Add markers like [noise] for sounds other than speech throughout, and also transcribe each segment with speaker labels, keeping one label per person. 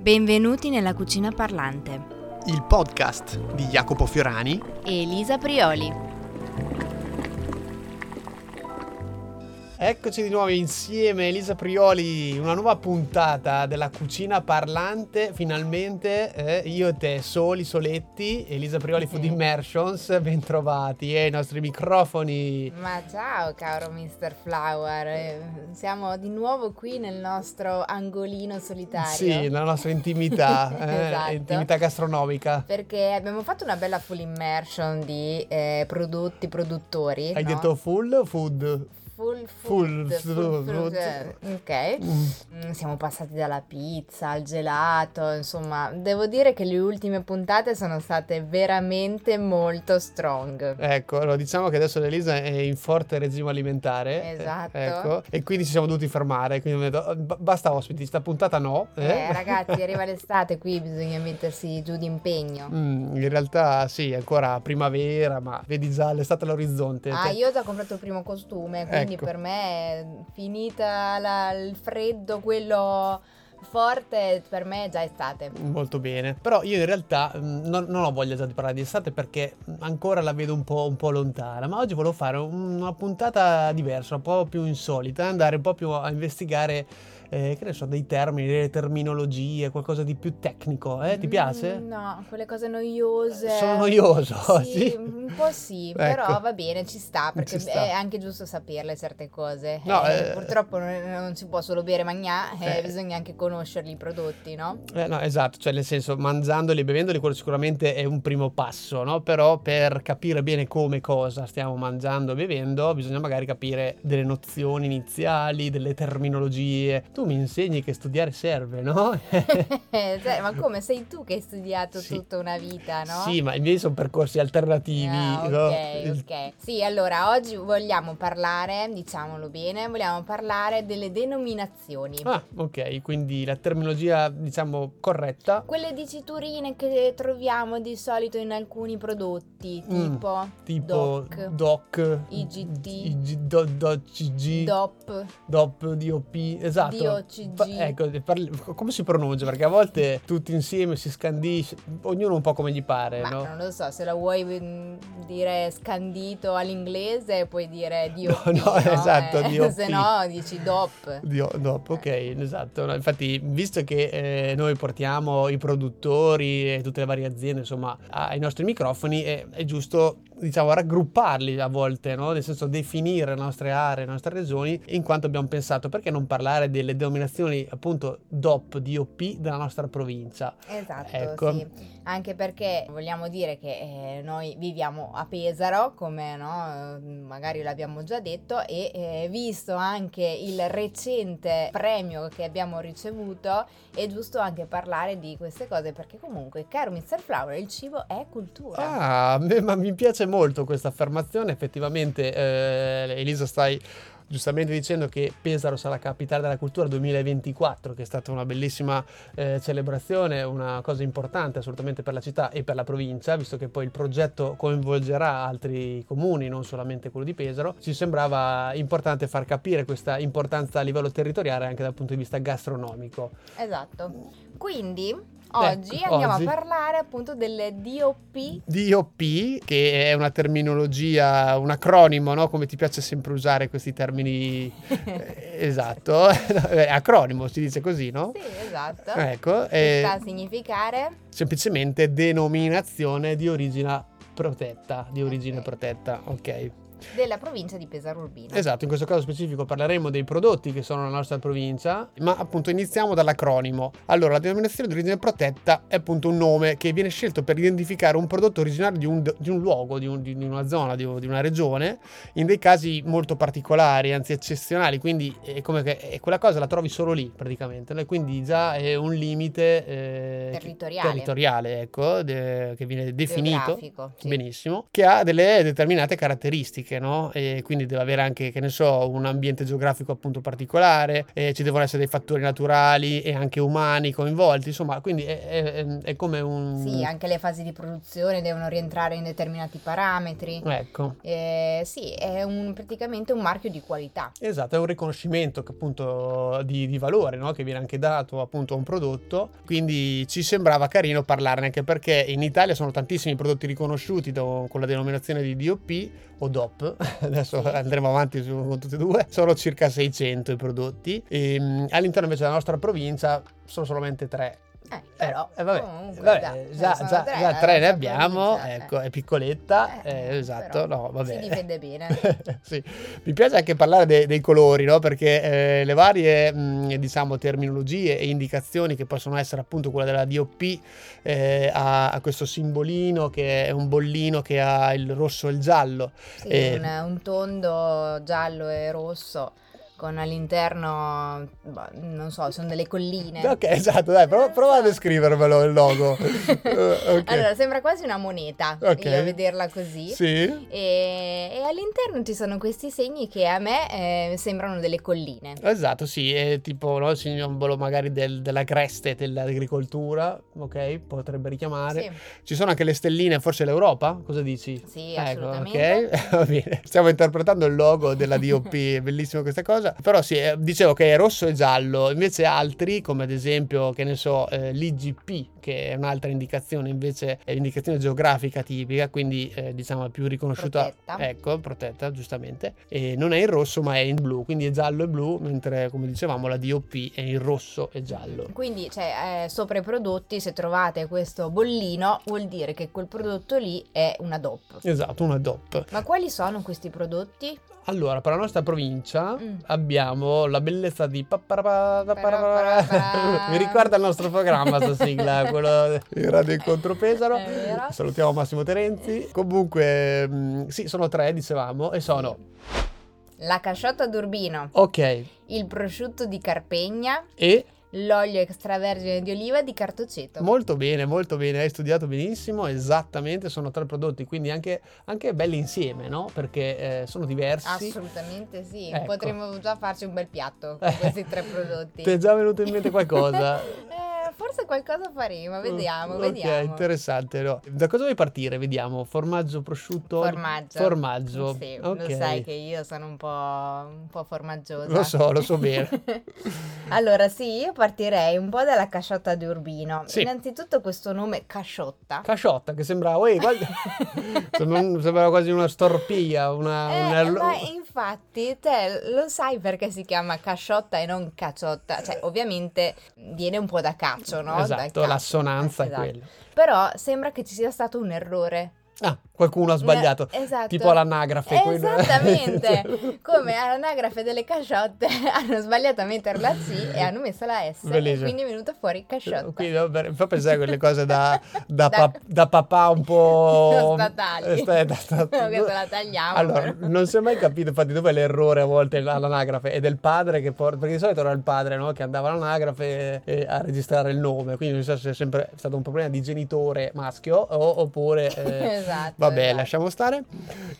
Speaker 1: Benvenuti nella cucina parlante.
Speaker 2: il podcast di Jacopo Fiorani.
Speaker 1: E Elisa Prioli.
Speaker 2: Eccoci di nuovo insieme Elisa Prioli, una nuova puntata della cucina parlante, finalmente eh, io e te soli, soletti, Elisa Prioli Food Immersions, bentrovati e i nostri microfoni.
Speaker 3: Ma ciao caro Mr. Flower, eh, siamo di nuovo qui nel nostro angolino solitario.
Speaker 2: Sì, la
Speaker 3: [laughs]
Speaker 2: nostra intimità, eh,
Speaker 3: Esatto.
Speaker 2: intimità gastronomica.
Speaker 3: Perché abbiamo fatto una bella full immersion di eh, prodotti, produttori.
Speaker 2: Hai
Speaker 3: no?
Speaker 2: detto full o
Speaker 3: [laughs]
Speaker 2: food?
Speaker 3: full,
Speaker 2: full,
Speaker 3: full, full,
Speaker 2: food.
Speaker 3: eh, Ok.
Speaker 2: Mm.
Speaker 3: Mm, Siamo passati dalla pizza al gelato, insomma, devo dire che le ultime puntate sono state veramente molto strong.
Speaker 2: Ecco, allora diciamo che adesso Elisa è in forte regime alimentare.
Speaker 3: Esatto.
Speaker 2: eh, Ecco, e quindi ci siamo dovuti fermare. Quindi abbiamo detto, "Oh, ba- basta ospiti, sta puntata no. eh."
Speaker 3: Eh, ragazzi, arriva l'estate, qui bisogna mettersi giù d'impegno.
Speaker 2: [laughs] Mm, in realtà sì, è ancora primavera, ma vedi già l'estate all'orizzonte.
Speaker 3: Ah,
Speaker 2: Cioè,
Speaker 3: io ho già comprato il primo costume, quindi
Speaker 2: Ecco.
Speaker 3: per me è finita la- il freddo, quello forte, per me è già estate.
Speaker 2: Molto bene. Però io in realtà mm, non, non ho voglia già di parlare di estate perché mm, ancora la vedo un po', un po' lontana. Ma oggi volevo fare un- una puntata diversa, un po' più insolita, andare un po' più a investigare. eh, che ne so, dei termini, delle terminologie, qualcosa di più tecnico, eh? Ti piace? Eh,
Speaker 3: Mm, no, quelle cose noiose.
Speaker 2: Sono noioso,
Speaker 3: Sì,
Speaker 2: [laughs] sì.
Speaker 3: un po' sì,
Speaker 2: Ecco.
Speaker 3: però va bene, ci sta, perché
Speaker 2: [laughs] Ci sta.
Speaker 3: è anche giusto saperle certe cose.
Speaker 2: No,
Speaker 3: Eh,
Speaker 2: eh,
Speaker 3: Purtroppo non, non si può solo bere e magnà, eh,
Speaker 2: eh.
Speaker 3: bisogna anche conoscerli i prodotti, no?
Speaker 2: Eh, no, esatto, cioè nel senso mangiandoli e bevendoli quello sicuramente è un primo passo, no? Però per capire bene come cosa stiamo mangiando e bevendo bisogna magari capire delle nozioni iniziali, delle terminologie. Tu mi insegni che studiare
Speaker 3: [laughs]
Speaker 2: serve, no?
Speaker 3: Cioè,
Speaker 2: [laughs]
Speaker 3: ma come sei tu che hai studiato
Speaker 2: Sì.
Speaker 3: tutta una vita, no?
Speaker 2: Sì, ma i miei sono percorsi alternativi,
Speaker 3: Ah,
Speaker 2: no?
Speaker 3: ok,
Speaker 2: Il-
Speaker 3: ok. Sì, allora oggi vogliamo parlare, diciamolo bene, vogliamo parlare delle denominazioni.
Speaker 2: Ah, ok, quindi la terminologia diciamo corretta,
Speaker 3: Quelle diciturine che troviamo di solito in alcuni prodotti,
Speaker 2: Mm,
Speaker 3: tipo,
Speaker 2: tipo
Speaker 3: DOC,
Speaker 2: DOC,
Speaker 3: IGT,
Speaker 2: IG, do, DOCG,
Speaker 3: DOP,
Speaker 2: DOP, DOP, esatto.
Speaker 3: DOCG.
Speaker 2: Fa- Ecco, parli- come si pronuncia? Perché a volte tutti insieme si scandisce, ognuno un po' come gli pare,
Speaker 3: ma
Speaker 2: Eh, no?
Speaker 3: non lo so, se la vuoi mm, dire scandito all'inglese puoi dire DOP,
Speaker 2: No, no, esatto,
Speaker 3: Eh, [laughs]
Speaker 2: DOP.
Speaker 3: Se no dici DOP.
Speaker 2: Dio, no, ok, esatto. No, Infatti, visto che eh, noi portiamo i produttori e tutte le varie aziende, insomma, ai nostri microfoni, è, è giusto, diciamo, raggrupparli a volte, no? Nel senso, definire le nostre aree, le nostre regioni, in quanto abbiamo pensato, perché non parlare delle denominazioni, appunto, DOP, DOP della nostra provincia?
Speaker 3: Esatto,
Speaker 2: Ecco.
Speaker 3: sì. Anche perché vogliamo dire che eh, noi viviamo a Pesaro, come no? eh, magari l'abbiamo già detto, e eh, visto anche il recente premio che abbiamo ricevuto, è giusto anche parlare di queste cose perché comunque, caro Mr. Flower, il cibo è cultura.
Speaker 2: Ah, [laughs] a me- ma mi piace molto questa affermazione. Effettivamente, eh, Elisa, stai giustamente dicendo che Pesaro sarà capitale della cultura 2024, che è stata una bellissima eh, celebrazione, una cosa importante assolutamente per la città e per la provincia, visto che poi il progetto coinvolgerà altri comuni, non solamente quello di Pesaro. Ci sembrava importante far capire questa importanza a livello territoriale anche dal punto di vista gastronomico.
Speaker 3: Esatto. Quindi oggi
Speaker 2: Ecco,
Speaker 3: andiamo
Speaker 2: oggi.
Speaker 3: a parlare appunto delle DOP.
Speaker 2: DOP, che è una terminologia, un acronimo, no? come ti piace sempre usare questi
Speaker 3: [laughs]
Speaker 2: termini. Eh, esatto, [laughs] Eh, acronimo si dice così, no?
Speaker 3: Sì, esatto.
Speaker 2: Ecco,
Speaker 3: Che
Speaker 2: è
Speaker 3: sta a significare
Speaker 2: semplicemente denominazione di origine protetta, di origine
Speaker 3: Ok.
Speaker 2: protetta, ok.
Speaker 3: della provincia di Pesaro Urbino.
Speaker 2: Esatto, in questo caso specifico parleremo dei prodotti che sono la nostra provincia, ma appunto iniziamo dall'acronimo. Allora, la denominazione di origine protetta è appunto un nome che viene scelto per identificare un prodotto originario di un, di un luogo, di, un- di una zona, di, un- di una regione, in dei casi molto particolari, anzi eccezionali, quindi è come che è quella cosa la trovi solo lì praticamente, no? E quindi già è un limite eh,
Speaker 3: Territoriale.
Speaker 2: territoriale, ecco, de- che viene definito.
Speaker 3: Geografico, sì.
Speaker 2: Benissimo, che ha delle determinate caratteristiche. specifiche, no? E quindi deve avere anche, che ne so, un ambiente geografico appunto particolare, eh, ci devono essere dei fattori naturali e anche umani coinvolti, insomma, quindi è, è- è come un...
Speaker 3: Sì, anche le fasi di produzione devono rientrare in determinati parametri.
Speaker 2: Ecco.
Speaker 3: Eh, sì, è un- praticamente un marchio di qualità.
Speaker 2: Esatto, è un riconoscimento che appunto di, di valore no? che viene anche dato appunto a un prodotto, quindi ci sembrava carino parlarne anche perché in Italia sono tantissimi prodotti riconosciuti da- con la denominazione di DOP o DOP, [laughs] adesso
Speaker 3: Sì.
Speaker 2: andremo avanti su- con tutti e due, sono circa 600 i prodotti, e, mm, all'interno invece della nostra provincia sono solamente tre.
Speaker 3: Eh, però
Speaker 2: eh, vabbè,
Speaker 3: comunque,
Speaker 2: vabbè,
Speaker 3: dai, ce
Speaker 2: già,
Speaker 3: ne sono
Speaker 2: già-
Speaker 3: tre, eh,
Speaker 2: già
Speaker 3: la
Speaker 2: tre ne
Speaker 3: nostra
Speaker 2: abbiamo,
Speaker 3: provincia, eh.
Speaker 2: ecco, è piccoletta,
Speaker 3: Eh,
Speaker 2: eh, esatto,
Speaker 3: però
Speaker 2: no, vabbè.
Speaker 3: Si difende bene.
Speaker 2: [laughs] Sì. Mi piace anche parlare de- dei colori, no? perché eh, le varie mh, diciamo, terminologie e indicazioni che possono essere appunto quella della DOP eh, a, a questo simbolino che è un bollino che ha il rosso e il giallo.
Speaker 3: Sì,
Speaker 2: Eh.
Speaker 3: un, un tondo giallo e rosso con all'interno, boh, non so, sono delle colline.
Speaker 2: Ok, esatto, dai, prova, prova a descrivermelo il
Speaker 3: [laughs]
Speaker 2: logo. Eh, ok.
Speaker 3: Allora, sembra quasi una moneta,
Speaker 2: Ok.
Speaker 3: io a vederla così.
Speaker 2: Sì?
Speaker 3: E, e all'interno ci sono questi segni che a me eh, sembrano delle colline.
Speaker 2: Esatto, sì, è tipo no, il simbolo magari del- della creste dell'agricoltura, ok? Potrebbe richiamare.
Speaker 3: Sì,
Speaker 2: Ci sono anche le stelline, forse l'Europa? Cosa dici?
Speaker 3: sì,
Speaker 2: Ecco,
Speaker 3: assolutamente.
Speaker 2: ok, [laughs] va bene. Stiamo interpretando il logo della
Speaker 3: [laughs]
Speaker 2: DOP, è bellissima questa cosa. Però sì, eh, dicevo che è rosso e giallo, invece altri, come ad esempio, che ne so, eh, l'IGP, che è un'altra indicazione, invece è l'indicazione geografica tipica, quindi eh, diciamo è più riconosciuta.
Speaker 3: Protetta.
Speaker 2: Ecco, protetta, giustamente. E non è in rosso, ma è in blu, quindi è giallo e blu, mentre come dicevamo la DOP è in rosso e giallo.
Speaker 3: Quindi, cioè, eh, sopra i prodotti, se trovate questo bollino, vuol dire che quel prodotto lì è una DOP.
Speaker 2: Esatto, una DOP.
Speaker 3: Ma quali sono questi prodotti?
Speaker 2: Allora, per la nostra provincia
Speaker 3: Mm.
Speaker 2: abbiamo la bellezza di... pa- pa- pa- pa- pa-
Speaker 3: Pa- pa-
Speaker 2: [laughs] Mi ricorda il nostro programma questa sigla,
Speaker 3: [laughs]
Speaker 2: quello di Radio Incontro Pesaro.
Speaker 3: È vero.
Speaker 2: Salutiamo Massimo Terenzi. Comunque, mm, sì, sono tre, dicevamo, e sono...
Speaker 3: La casciotta d'Urbino,
Speaker 2: Ok,
Speaker 3: il prosciutto di Carpegna,
Speaker 2: e
Speaker 3: l'olio extravergine di oliva di cartoceto.
Speaker 2: molto bene, molto bene, hai studiato benissimo, esattamente, sono tre prodotti, quindi anche, anche belli insieme, no? Perché eh, sono diversi.
Speaker 3: Assolutamente sì,
Speaker 2: Ecco.
Speaker 3: potremmo già farci un bel
Speaker 2: [laughs]
Speaker 3: piatto con questi tre prodotti.
Speaker 2: Ti è già venuto in mente
Speaker 3: [laughs]
Speaker 2: qualcosa?
Speaker 3: Eh, forse qualcosa faremo, vediamo,
Speaker 2: Ok,
Speaker 3: vediamo.
Speaker 2: interessante. no? Da cosa vuoi partire? Vediamo, formaggio, prosciutto?
Speaker 3: Formaggio.
Speaker 2: Formaggio.
Speaker 3: Sì,
Speaker 2: ok.
Speaker 3: lo sai che io sono un po', un po' formaggiosa.
Speaker 2: Lo so, lo so bene.
Speaker 3: [laughs] allora, sì, io partirei un po' dalla casciotta di Urbino.
Speaker 2: Sì.
Speaker 3: Innanzitutto questo nome casciotta.
Speaker 2: Casciotta che sembrava, uè,
Speaker 3: [laughs]
Speaker 2: guarda- sembra- sembrava quasi una storpia, una...
Speaker 3: Eh,
Speaker 2: Ah, una-
Speaker 3: ma infatti te lo sai perché si chiama casciotta e non cacciotta, cioè ovviamente viene un po' da caccio, no? Dal
Speaker 2: Eh. Esatto,
Speaker 3: caccio.
Speaker 2: l'assonanza
Speaker 3: Esatto.
Speaker 2: è quella.
Speaker 3: Però sembra che ci sia stato un errore.
Speaker 2: Ah, qualcuno ha sbagliato.
Speaker 3: Ne- Esatto.
Speaker 2: Tipo Cioè, all'anagrafe. quindi- [laughs]
Speaker 3: Esattamente, [laughs] come all'anagrafe delle casciotte [laughs] hanno sbagliato a metterla la C Ah, e hanno messo la S
Speaker 2: Eh, Bellissimo. Eh,
Speaker 3: e quindi è venuta fuori casciotta.
Speaker 2: Quindi vabbè, mi fa pensare a quelle cose
Speaker 3: [laughs]
Speaker 2: da, da
Speaker 3: Da-
Speaker 2: pap- da papà
Speaker 3: [laughs]
Speaker 2: un po'... mm,
Speaker 3: Da statali. [laughs]
Speaker 2: Aspetta, sta-
Speaker 3: Questa la tagliamo.
Speaker 2: Allora,
Speaker 3: però.
Speaker 2: non si è mai capito, infatti, dov'è l'errore a volte all'anagrafe? È del padre che porta. Perché di solito era il padre no? che andava all'anagrafe eh, a registrare il nome. Quindi non so se è sempre stato un problema di genitore maschio
Speaker 3: [laughs]
Speaker 2: o- oppure. eh,
Speaker 3: Esatto.
Speaker 2: Vabbè,
Speaker 3: esatto.
Speaker 2: lasciamo stare.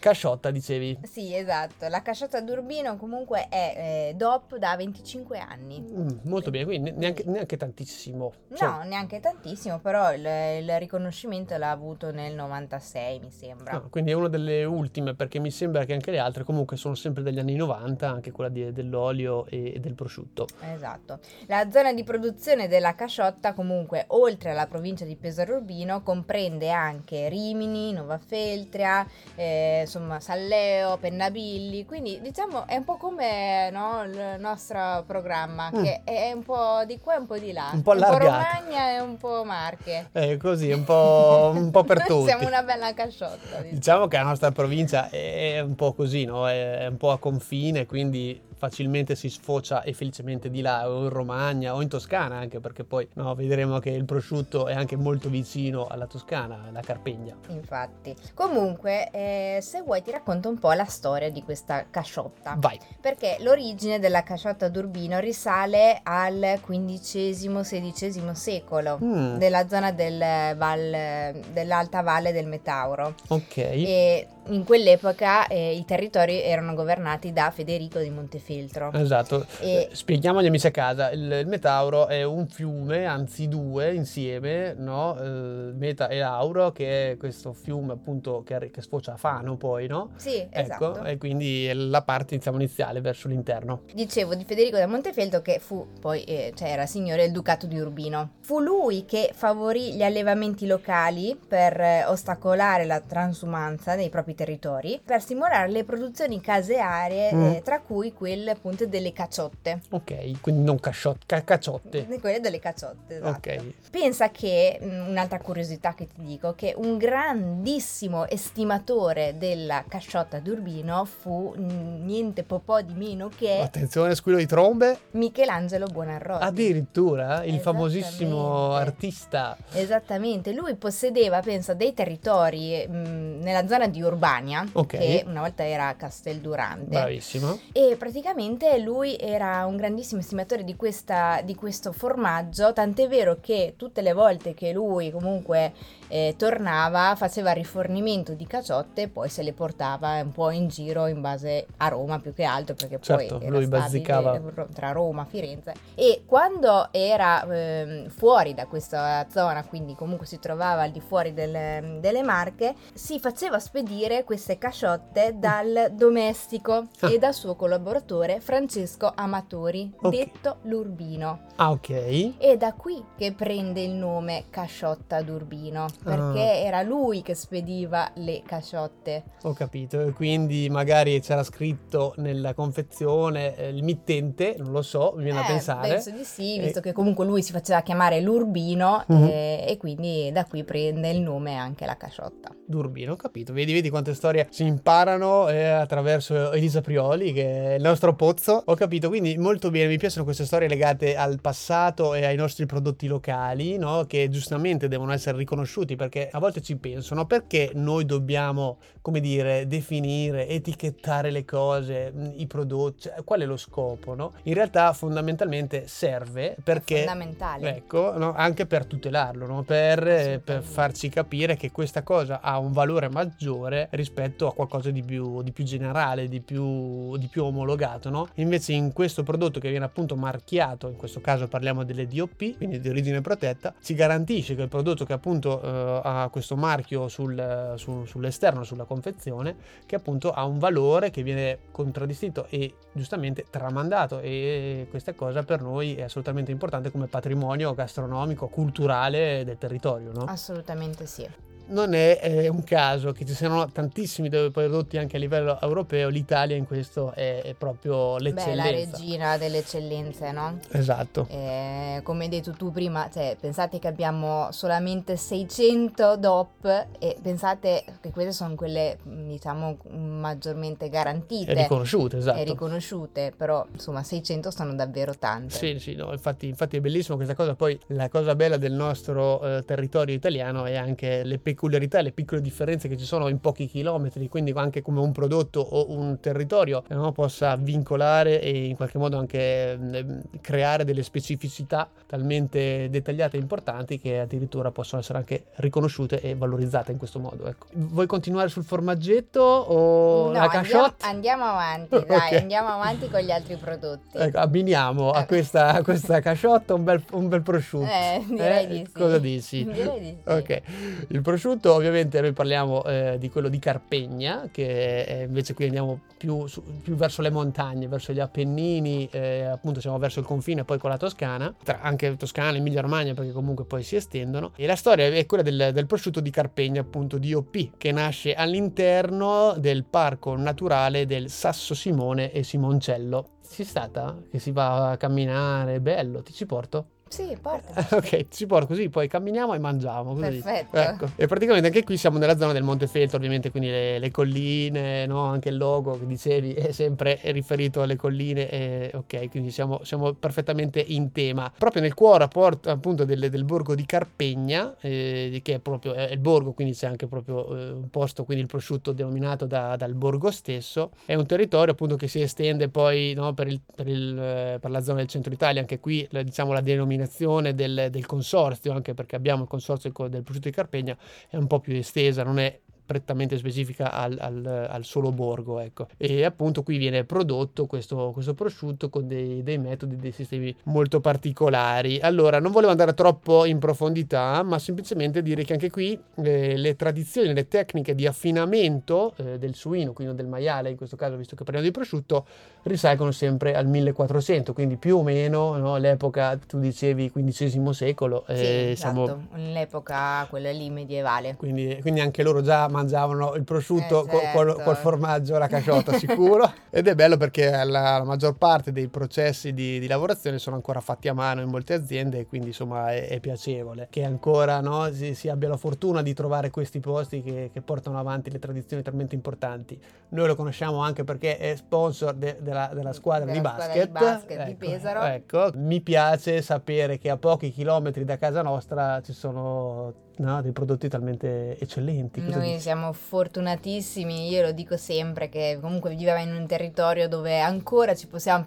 Speaker 2: Casciotta, dicevi.
Speaker 3: Sì, esatto. La casciotta d'Urbino comunque è eh, DOP da 25 anni.
Speaker 2: Mm, molto bene, quindi neanche, neanche tantissimo. Cioè,
Speaker 3: No, neanche tantissimo, però il, il riconoscimento l'ha avuto nel 96, mi sembra.
Speaker 2: no, Ah, quindi è una delle ultime, perché mi sembra che anche le altre comunque sono sempre degli anni 90, anche quella di- dell'olio e del prosciutto.
Speaker 3: Esatto. La zona di produzione della casciotta, comunque, oltre alla provincia di Pesaro Urbino, comprende anche Rimini, Nova Feltria, eh, insomma, Salleo, Pennabilli. Quindi, diciamo, è un po' come no, il nostro programma,
Speaker 2: Mm.
Speaker 3: che è un po' di qua e un po' di là.
Speaker 2: Un po'
Speaker 3: È un po'
Speaker 2: allargato.
Speaker 3: Romagna e un po' Marche.
Speaker 2: È così, un po', un po' per tutti.
Speaker 3: [laughs] Siamo una bella
Speaker 2: [laughs]
Speaker 3: casciotta. diciamo.
Speaker 2: Diciamo che la nostra provincia è un po' così, no? È è un po' a confine, quindi facilmente si sfocia e felicemente di là, o in Romagna o in Toscana anche, perché poi no, vedremo che il prosciutto è anche molto vicino alla Toscana, alla Carpegna.
Speaker 3: Infatti. Comunque, eh, se vuoi ti racconto un po' la storia di questa casciotta.
Speaker 2: Vai,
Speaker 3: Perché l'origine della casciotta d'Urbino risale al XV-XVI secolo,
Speaker 2: Mm,
Speaker 3: della zona del val- dell'alta valle del Metauro.
Speaker 2: ok.
Speaker 3: E in quell'epoca eh, i territori erano governati da Federico di Montefeltro.
Speaker 2: Esatto,
Speaker 3: E-
Speaker 2: Eh, spieghiamo agli amici a casa, il, il Metauro è un fiume, anzi due insieme, no? Eh, Meta e Auro, che è questo fiume appunto che, arri- che sfocia a Fano poi, no?
Speaker 3: Sì,
Speaker 2: Ecco,
Speaker 3: esatto.
Speaker 2: e quindi è la parte diciamo, iniziale verso l'interno.
Speaker 3: Dicevo di Federico da Montefeltro che fu poi, eh, cioè era signore del Ducato di Urbino. Fu lui che favorì gli allevamenti locali per eh, ostacolare la transumanza dei propri territori, per stimolare le produzioni casearie,
Speaker 2: Mm.
Speaker 3: eh, tra cui quelle appunto delle caciotte.
Speaker 2: Ok, quindi non casciot- ca- cacciotte.
Speaker 3: Quelle delle caciotte, esatto.
Speaker 2: Ok,
Speaker 3: Pensa che, mh, un'altra curiosità che ti dico, che un grandissimo estimatore della casciotta d'Urbino fu mh, niente po' po' di meno che
Speaker 2: attenzione, squillo di trombe.
Speaker 3: Michelangelo Buonarroti.
Speaker 2: Addirittura il
Speaker 3: Esattamente.
Speaker 2: famosissimo artista.
Speaker 3: Esattamente, lui possedeva, pensa, dei territori mh, nella zona di Urbania,
Speaker 2: Ok.
Speaker 3: che una volta era Casteldurante.
Speaker 2: Bravissimo.
Speaker 3: E praticamente lui era un grandissimo estimatore di, questa- di questo formaggio, tant'è vero che tutte le volte che lui comunque eh, tornava faceva rifornimento di caciotte e poi se le portava un po' in giro in base a Roma più che altro perché
Speaker 2: Certo,
Speaker 3: poi era
Speaker 2: lui
Speaker 3: stabile
Speaker 2: bazzicava.
Speaker 3: ro- tra Roma, Firenze e quando era ehm, fuori da questa zona, quindi comunque si trovava al di fuori del- delle Marche, si faceva spedire queste casciotte dal domestico
Speaker 2: Mm. Ah.
Speaker 3: e dal suo collaboratore Francesco Amatori,
Speaker 2: Ok.
Speaker 3: detto l'Urbino.
Speaker 2: Ah, ok.
Speaker 3: È da qui che prende il nome Casciotta d'Urbino, perché
Speaker 2: Ah.
Speaker 3: era lui che spediva le casciotte.
Speaker 2: Ho capito, e quindi magari c'era scritto nella confezione eh, il mittente, non lo so, mi viene a
Speaker 3: Eh,
Speaker 2: pensare.
Speaker 3: Penso di sì,
Speaker 2: E-
Speaker 3: visto che comunque lui si faceva chiamare l'Urbino
Speaker 2: Mhm.
Speaker 3: eh, e quindi da qui prende il nome anche la casciotta.
Speaker 2: D'Urbino, ho capito. Vedi, vedi quante storie si imparano eh, attraverso Elisa Prioli, che è il nostro pozzo. Ho capito, quindi molto bene, mi piacciono queste storie legate al passato e ai nostri prodotti locali, no? Che giustamente devono essere riconosciuti perché a volte ci pensano perché noi dobbiamo, come dire, definire, etichettare le cose, mh, i prodotti, Cioè, qual è lo scopo, no? In realtà fondamentalmente serve
Speaker 3: È
Speaker 2: perché
Speaker 3: fondamentale.
Speaker 2: Ecco, no? anche per tutelarlo, no? per, eh, per
Speaker 3: Assolutamente.
Speaker 2: farci capire che questa cosa ha un valore maggiore rispetto a qualcosa di più, di più generale, di più, di più omologato. no? Invece in questo prodotto che viene appunto marchiato, in questo caso parliamo delle DOP, quindi di origine protetta, si garantisce che il prodotto che appunto eh, ha questo marchio sul- su- sull'esterno, sulla confezione, che appunto ha un valore che viene contraddistinto e giustamente tramandato e questa cosa per noi è assolutamente importante come patrimonio gastronomico, culturale del territorio.
Speaker 3: Ah.
Speaker 2: no?
Speaker 3: Assolutamente sì.
Speaker 2: Non è, eh, un caso che ci siano tantissimi de- prodotti anche a livello europeo, l'Italia in questo è, è proprio
Speaker 3: Beh, la
Speaker 2: l'eccellenza.
Speaker 3: regina delle eccellenze, no?
Speaker 2: esatto.
Speaker 3: Eh, come hai detto tu prima, cioè, pensate che abbiamo solamente 600 DOP e pensate che queste sono quelle, mh, diciamo, maggiormente garantite
Speaker 2: È riconosciuta, esatto.
Speaker 3: e riconosciute, però insomma 600 sono davvero tante.
Speaker 2: Sì, sì, no, infatti, infatti è bellissimo questa cosa. Poi la cosa bella del nostro eh, territorio italiano è anche le peculiarità, le piccole differenze che ci sono in pochi chilometri, quindi anche come un prodotto o un territorio eh, no, possa vincolare e in qualche modo anche mm, creare delle specificità talmente dettagliate e importanti che addirittura possono essere anche riconosciute e valorizzate in questo modo. Ecco. Vuoi continuare sul formaggetto o
Speaker 3: No,
Speaker 2: la
Speaker 3: andiamo,
Speaker 2: caciotte?
Speaker 3: andiamo avanti,
Speaker 2: [laughs]
Speaker 3: dai,
Speaker 2: Ok.
Speaker 3: andiamo avanti con gli altri prodotti.
Speaker 2: Ecco, abbiniamo a questa, a questa casciotta un bel, un bel prosciutto.
Speaker 3: Eh, direi di sì.
Speaker 2: Cosa dici?
Speaker 3: [laughs] Direi di sì.
Speaker 2: Ok, il prosciutto ovviamente noi parliamo eh, di quello di Carpegna, che eh, invece qui andiamo più, su- più verso le montagne, verso gli Appennini, eh, appunto siamo verso il confine poi con la Toscana, tra anche Toscana e Emilia Romagna perché comunque poi si estendono. E la storia è quella del, del prosciutto di Carpegna, appunto di OP, che nasce all'interno del parco naturale del Sasso Simone e Simoncello. Ci è stata? Che si va a camminare, bello, ti ci porto?
Speaker 3: Sì,
Speaker 2: [laughs]
Speaker 3: porta.
Speaker 2: Ok, ci porto così, poi camminiamo e mangiamo. Così.
Speaker 3: Perfetto.
Speaker 2: Ecco. E praticamente anche qui siamo nella zona del Montefeltro, ovviamente, quindi le, le colline, no? anche il logo che dicevi è sempre riferito alle colline. e- ok, quindi siamo, siamo perfettamente in tema. Proprio nel cuore apport- appunto del, del borgo di Carpegna, eh, di- che è proprio è il borgo, quindi c'è anche proprio eh, un posto, quindi il prosciutto denominato da- dal borgo stesso. È un territorio appunto che si estende poi no, per, il- per il, eh, per la zona del centro Italia, anche qui la- diciamo la denominazione del, del consorzio, anche perché abbiamo il consorzio co- del prosciutto di Carpegna, è un po' più estesa, non è prettamente specifica al, al- al solo borgo. Ecco. E appunto qui viene prodotto questo, questo prosciutto con dei, dei metodi, dei sistemi molto particolari. Allora, non volevo andare troppo in profondità, ma semplicemente dire che anche qui eh, le tradizioni, le tecniche di affinamento eh, del suino, quindi del maiale, in questo caso visto che parliamo di prosciutto, risalgono sempre al 1400, quindi più o meno no, l'epoca, tu dicevi, XV secolo,
Speaker 3: Sì,
Speaker 2: eh, siamo
Speaker 3: esatto, l'epoca quella lì medievale.
Speaker 2: quindi, quindi anche loro già mangiavano il prosciutto
Speaker 3: Eh,
Speaker 2: co- col,
Speaker 3: certo.
Speaker 2: col formaggio, la casciota
Speaker 3: [laughs]
Speaker 2: sicuro. Ed è bello perché la, la maggior parte dei processi di, di lavorazione sono ancora fatti a mano in molte aziende e quindi insomma è, è piacevole che ancora no, si, si abbia la fortuna di trovare questi posti che, che portano avanti le tradizioni talmente importanti. Noi lo conosciamo anche perché è sponsor de- della, della squadra
Speaker 3: Della
Speaker 2: di
Speaker 3: squadra
Speaker 2: basket.
Speaker 3: di basket di Pesaro.
Speaker 2: Ecco, mi piace sapere che a pochi chilometri da casa nostra ci sono no, dei prodotti talmente eccellenti. Cosa
Speaker 3: Noi
Speaker 2: dici?
Speaker 3: siamo fortunatissimi, io lo dico sempre, che comunque viviamo in un territorio dove ancora ci possiamo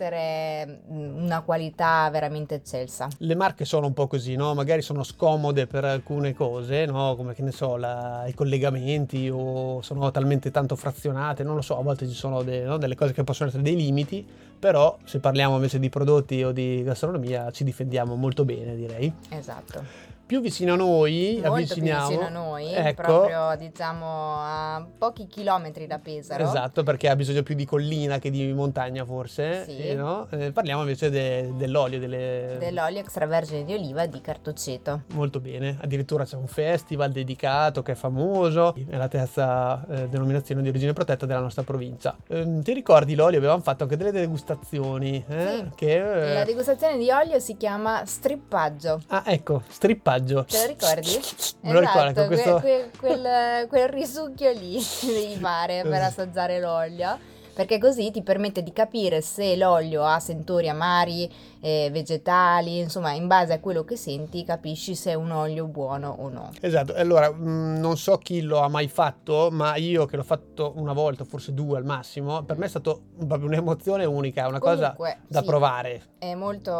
Speaker 3: permettere mm, una qualità veramente eccelsa.
Speaker 2: Le marche sono un po' così, no? magari sono scomode per alcune cose, no? come che ne so, la- i collegamenti o sono talmente tanto frazionate, non lo so, a volte ci sono de- no? delle cose che possono essere dei limiti, però se parliamo invece di prodotti o di gastronomia ci difendiamo molto bene direi.
Speaker 3: Esatto.
Speaker 2: Più vicino a noi,
Speaker 3: Molto
Speaker 2: avviciniamo...
Speaker 3: più vicino a noi,
Speaker 2: ecco.
Speaker 3: proprio diciamo a pochi chilometri da Pesaro.
Speaker 2: Esatto, perché ha bisogno più di collina che di montagna forse.
Speaker 3: Sì.
Speaker 2: eh, no? Eh, parliamo invece de- dell'olio, delle...
Speaker 3: Dell'olio extravergine di oliva di cartoceto.
Speaker 2: Molto bene, addirittura c'è un festival dedicato che è famoso, è la terza eh, denominazione di origine protetta della nostra provincia. Ehm, ti ricordi Loli? Avevamo fatto anche delle degustazioni. eh?
Speaker 3: Sì.
Speaker 2: Che, eh,
Speaker 3: La degustazione di olio si chiama strippaggio.
Speaker 2: Ah ecco, strippaggio.
Speaker 3: Te lo ricordi?
Speaker 2: [laughs] Me lo ricordo,
Speaker 3: Esatto,
Speaker 2: ecco, questo...
Speaker 3: que- que- quel, quel risucchio lì [laughs] devi fare per assaggiare l'olio, perché così ti permette di capire se l'olio ha sentori amari, eh, vegetali, insomma in base a quello che senti capisci se è un olio buono o no.
Speaker 2: Esatto, allora mh, non so chi lo ha mai fatto, ma io che l'ho fatto una volta, forse due al massimo, per me è stata proprio un'emozione unica, una cosa
Speaker 3: Comunque,
Speaker 2: da
Speaker 3: sì, Mm,
Speaker 2: provare,
Speaker 3: È molto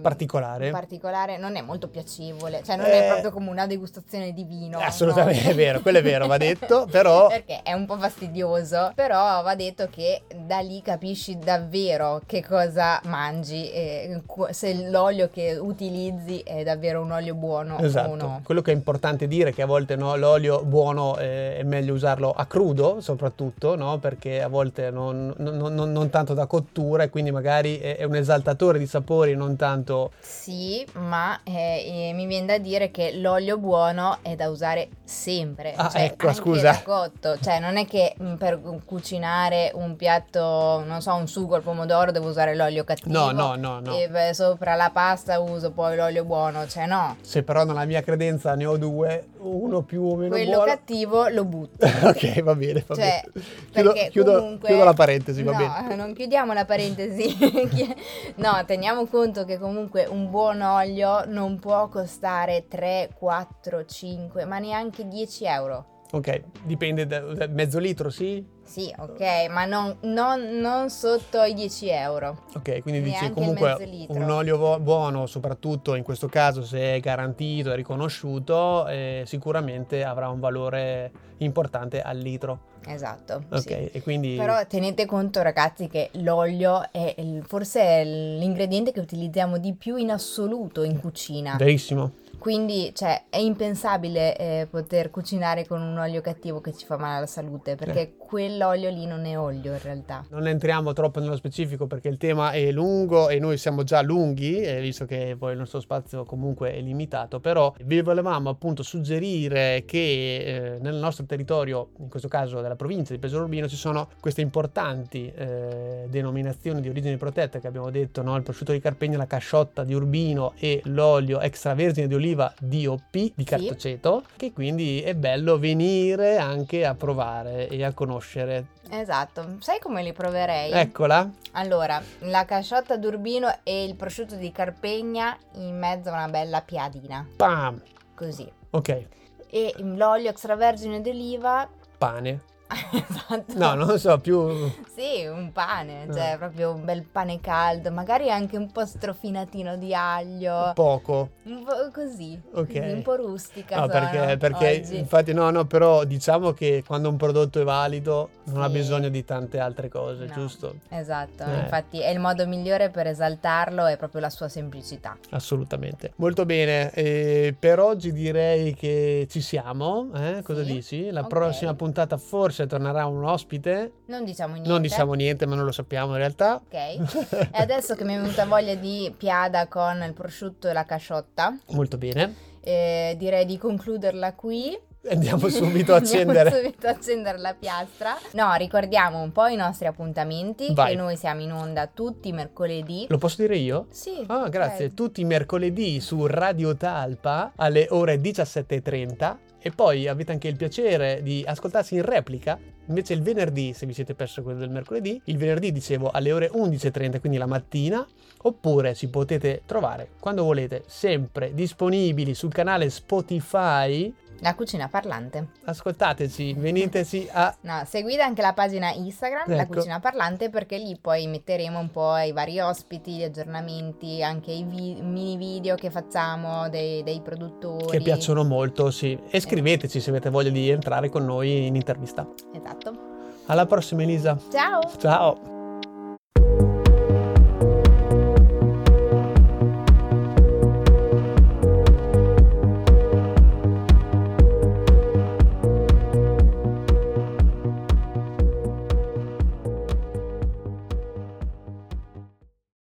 Speaker 2: particolare.
Speaker 3: particolare, non è molto piacevole, cioè non
Speaker 2: Eh,
Speaker 3: è proprio come una degustazione di vino.
Speaker 2: assolutamente,
Speaker 3: no?
Speaker 2: è vero, quello è vero,
Speaker 3: [laughs]
Speaker 2: va detto, però-
Speaker 3: Perché è un po' fastidioso, però va detto che da lì capisci davvero che cosa mangi, e cu- se l'olio che utilizzi è davvero un olio buono o
Speaker 2: Esatto,
Speaker 3: no.
Speaker 2: quello che è importante dire è che a volte no, l'olio buono eh, è meglio usarlo a crudo soprattutto, no? perché a volte non, non- non- non tanto da cottura e quindi magari è, è un esaltatore di sapori, non tanto...
Speaker 3: Sì, ma eh, eh, mi viene da dire che l'olio buono è da usare sempre.
Speaker 2: Ah,
Speaker 3: cioè,
Speaker 2: ecco,
Speaker 3: anche
Speaker 2: scusa.
Speaker 3: da cotto. Cioè, non è che mh, per cucinare un piatto, non so, un sugo al pomodoro devo usare l'olio cattivo.
Speaker 2: No, no, no, no.
Speaker 3: E beh, sopra la pasta uso poi l'olio buono, cioè no.
Speaker 2: Se però nella mia credenza ne ho due, uno più o meno
Speaker 3: Quello
Speaker 2: buono...
Speaker 3: cattivo lo butto.
Speaker 2: [laughs] ok, va bene, va
Speaker 3: Cioè,
Speaker 2: bene. Chiudo,
Speaker 3: Perché
Speaker 2: chiudo-
Speaker 3: comunque-
Speaker 2: chiudo la parentesi, va
Speaker 3: no,
Speaker 2: bene.
Speaker 3: [laughs] non chiudiamo la parentesi. [laughs] Chi- no, teniamo conto che comunque un buon olio non può costare 3, 4, 5, ma neanche 10 euro.
Speaker 2: Ok, dipende da, da mezzo litro, sì?
Speaker 3: Sì, ok, ma non, non- non sotto i 10 euro.
Speaker 2: Ok, quindi
Speaker 3: Neanche il
Speaker 2: dici
Speaker 3: mezzo
Speaker 2: comunque
Speaker 3: litro.
Speaker 2: un olio vo- buono, soprattutto in questo caso se è garantito e riconosciuto, eh, sicuramente avrà un valore importante al litro.
Speaker 3: Esatto.
Speaker 2: Ok,
Speaker 3: sì.
Speaker 2: e quindi
Speaker 3: Però tenete conto ragazzi che l'olio è il- forse è l'ingrediente che utilizziamo di più in assoluto in cucina.
Speaker 2: verissimo.
Speaker 3: Quindi, cioè, è impensabile eh, poter cucinare con un olio cattivo che ci fa male alla salute, perché quell'olio lì non è olio in realtà.
Speaker 2: Non entriamo troppo nello specifico perché il tema è lungo e noi siamo già lunghi, eh, visto che poi il nostro spazio comunque è limitato, però vi volevamo appunto suggerire che eh, nel nostro territorio, in questo caso della provincia di Pesaro Urbino, ci sono queste importanti eh, denominazioni di origine protetta che abbiamo detto, no? il prosciutto di Carpegna, la casciotta di Urbino e l'olio extravergine di oliva DOP di cartoceto, che quindi è bello venire anche a provare e a conoscere.
Speaker 3: Esatto, sai come li proverei?
Speaker 2: Eccola.
Speaker 3: Allora, la casciotta d'Urbino e il prosciutto di Carpegna in mezzo a una bella piadina,
Speaker 2: Pam!
Speaker 3: così.
Speaker 2: Ok,
Speaker 3: E l'olio extravergine d'oliva [laughs]
Speaker 2: pane.
Speaker 3: esatto.
Speaker 2: No, non lo so, più...
Speaker 3: Sì, un pane,
Speaker 2: Eh.
Speaker 3: cioè proprio un bel pane caldo, magari anche un po' strofinatino di aglio,
Speaker 2: poco.
Speaker 3: un po' così,
Speaker 2: Ok.
Speaker 3: così, un po' rustica.
Speaker 2: No,
Speaker 3: sono
Speaker 2: perché, perché
Speaker 3: oggi.
Speaker 2: infatti no, no, però diciamo che quando un prodotto è valido non ha
Speaker 3: Sì.
Speaker 2: bisogno di tante altre cose,
Speaker 3: No.
Speaker 2: giusto?
Speaker 3: Esatto,
Speaker 2: Eh.
Speaker 3: infatti è il modo migliore per esaltarlo, è proprio la sua semplicità.
Speaker 2: Assolutamente. Molto bene, eh, per oggi direi che ci siamo, eh? cosa
Speaker 3: Sì.
Speaker 2: dici? La
Speaker 3: Ok.
Speaker 2: prossima puntata forse tornerà un ospite,
Speaker 3: Non diciamo niente.
Speaker 2: non diciamo niente ma non lo sappiamo in realtà.
Speaker 3: Ok.
Speaker 2: [laughs]
Speaker 3: E adesso che mi è venuta voglia di piada con il prosciutto e la casciotta,
Speaker 2: Molto bene,
Speaker 3: eh, direi di concluderla qui.
Speaker 2: andiamo subito
Speaker 3: [laughs]
Speaker 2: a
Speaker 3: Andiamo
Speaker 2: accendere.
Speaker 3: subito a accendere la piastra. No, ricordiamo un po' i nostri appuntamenti,
Speaker 2: Vai.
Speaker 3: che noi siamo in onda tutti i mercoledì.
Speaker 2: Lo posso dire io?
Speaker 3: Sì.
Speaker 2: Ah, grazie.
Speaker 3: ok.
Speaker 2: Tutti i mercoledì su Radio Talpa alle ore 17.30 e poi avete anche il piacere di ascoltarsi in replica. Invece il venerdì, se vi siete perso quello del mercoledì, il venerdì dicevo alle ore 11.30, quindi la mattina, oppure ci potete trovare quando volete, sempre disponibili sul canale Spotify.
Speaker 3: La cucina parlante.
Speaker 2: Ascoltateci, veniteci a...
Speaker 3: No, seguite anche la pagina Instagram, la
Speaker 2: Ecco.
Speaker 3: cucina parlante, perché lì poi metteremo un po' i vari ospiti, gli aggiornamenti, anche i vi- mini video che facciamo dei, dei produttori.
Speaker 2: che piacciono molto, sì. E scriveteci se avete voglia di entrare con noi in intervista.
Speaker 3: Esatto.
Speaker 2: Alla prossima Elisa,
Speaker 3: Ciao!
Speaker 2: ciao!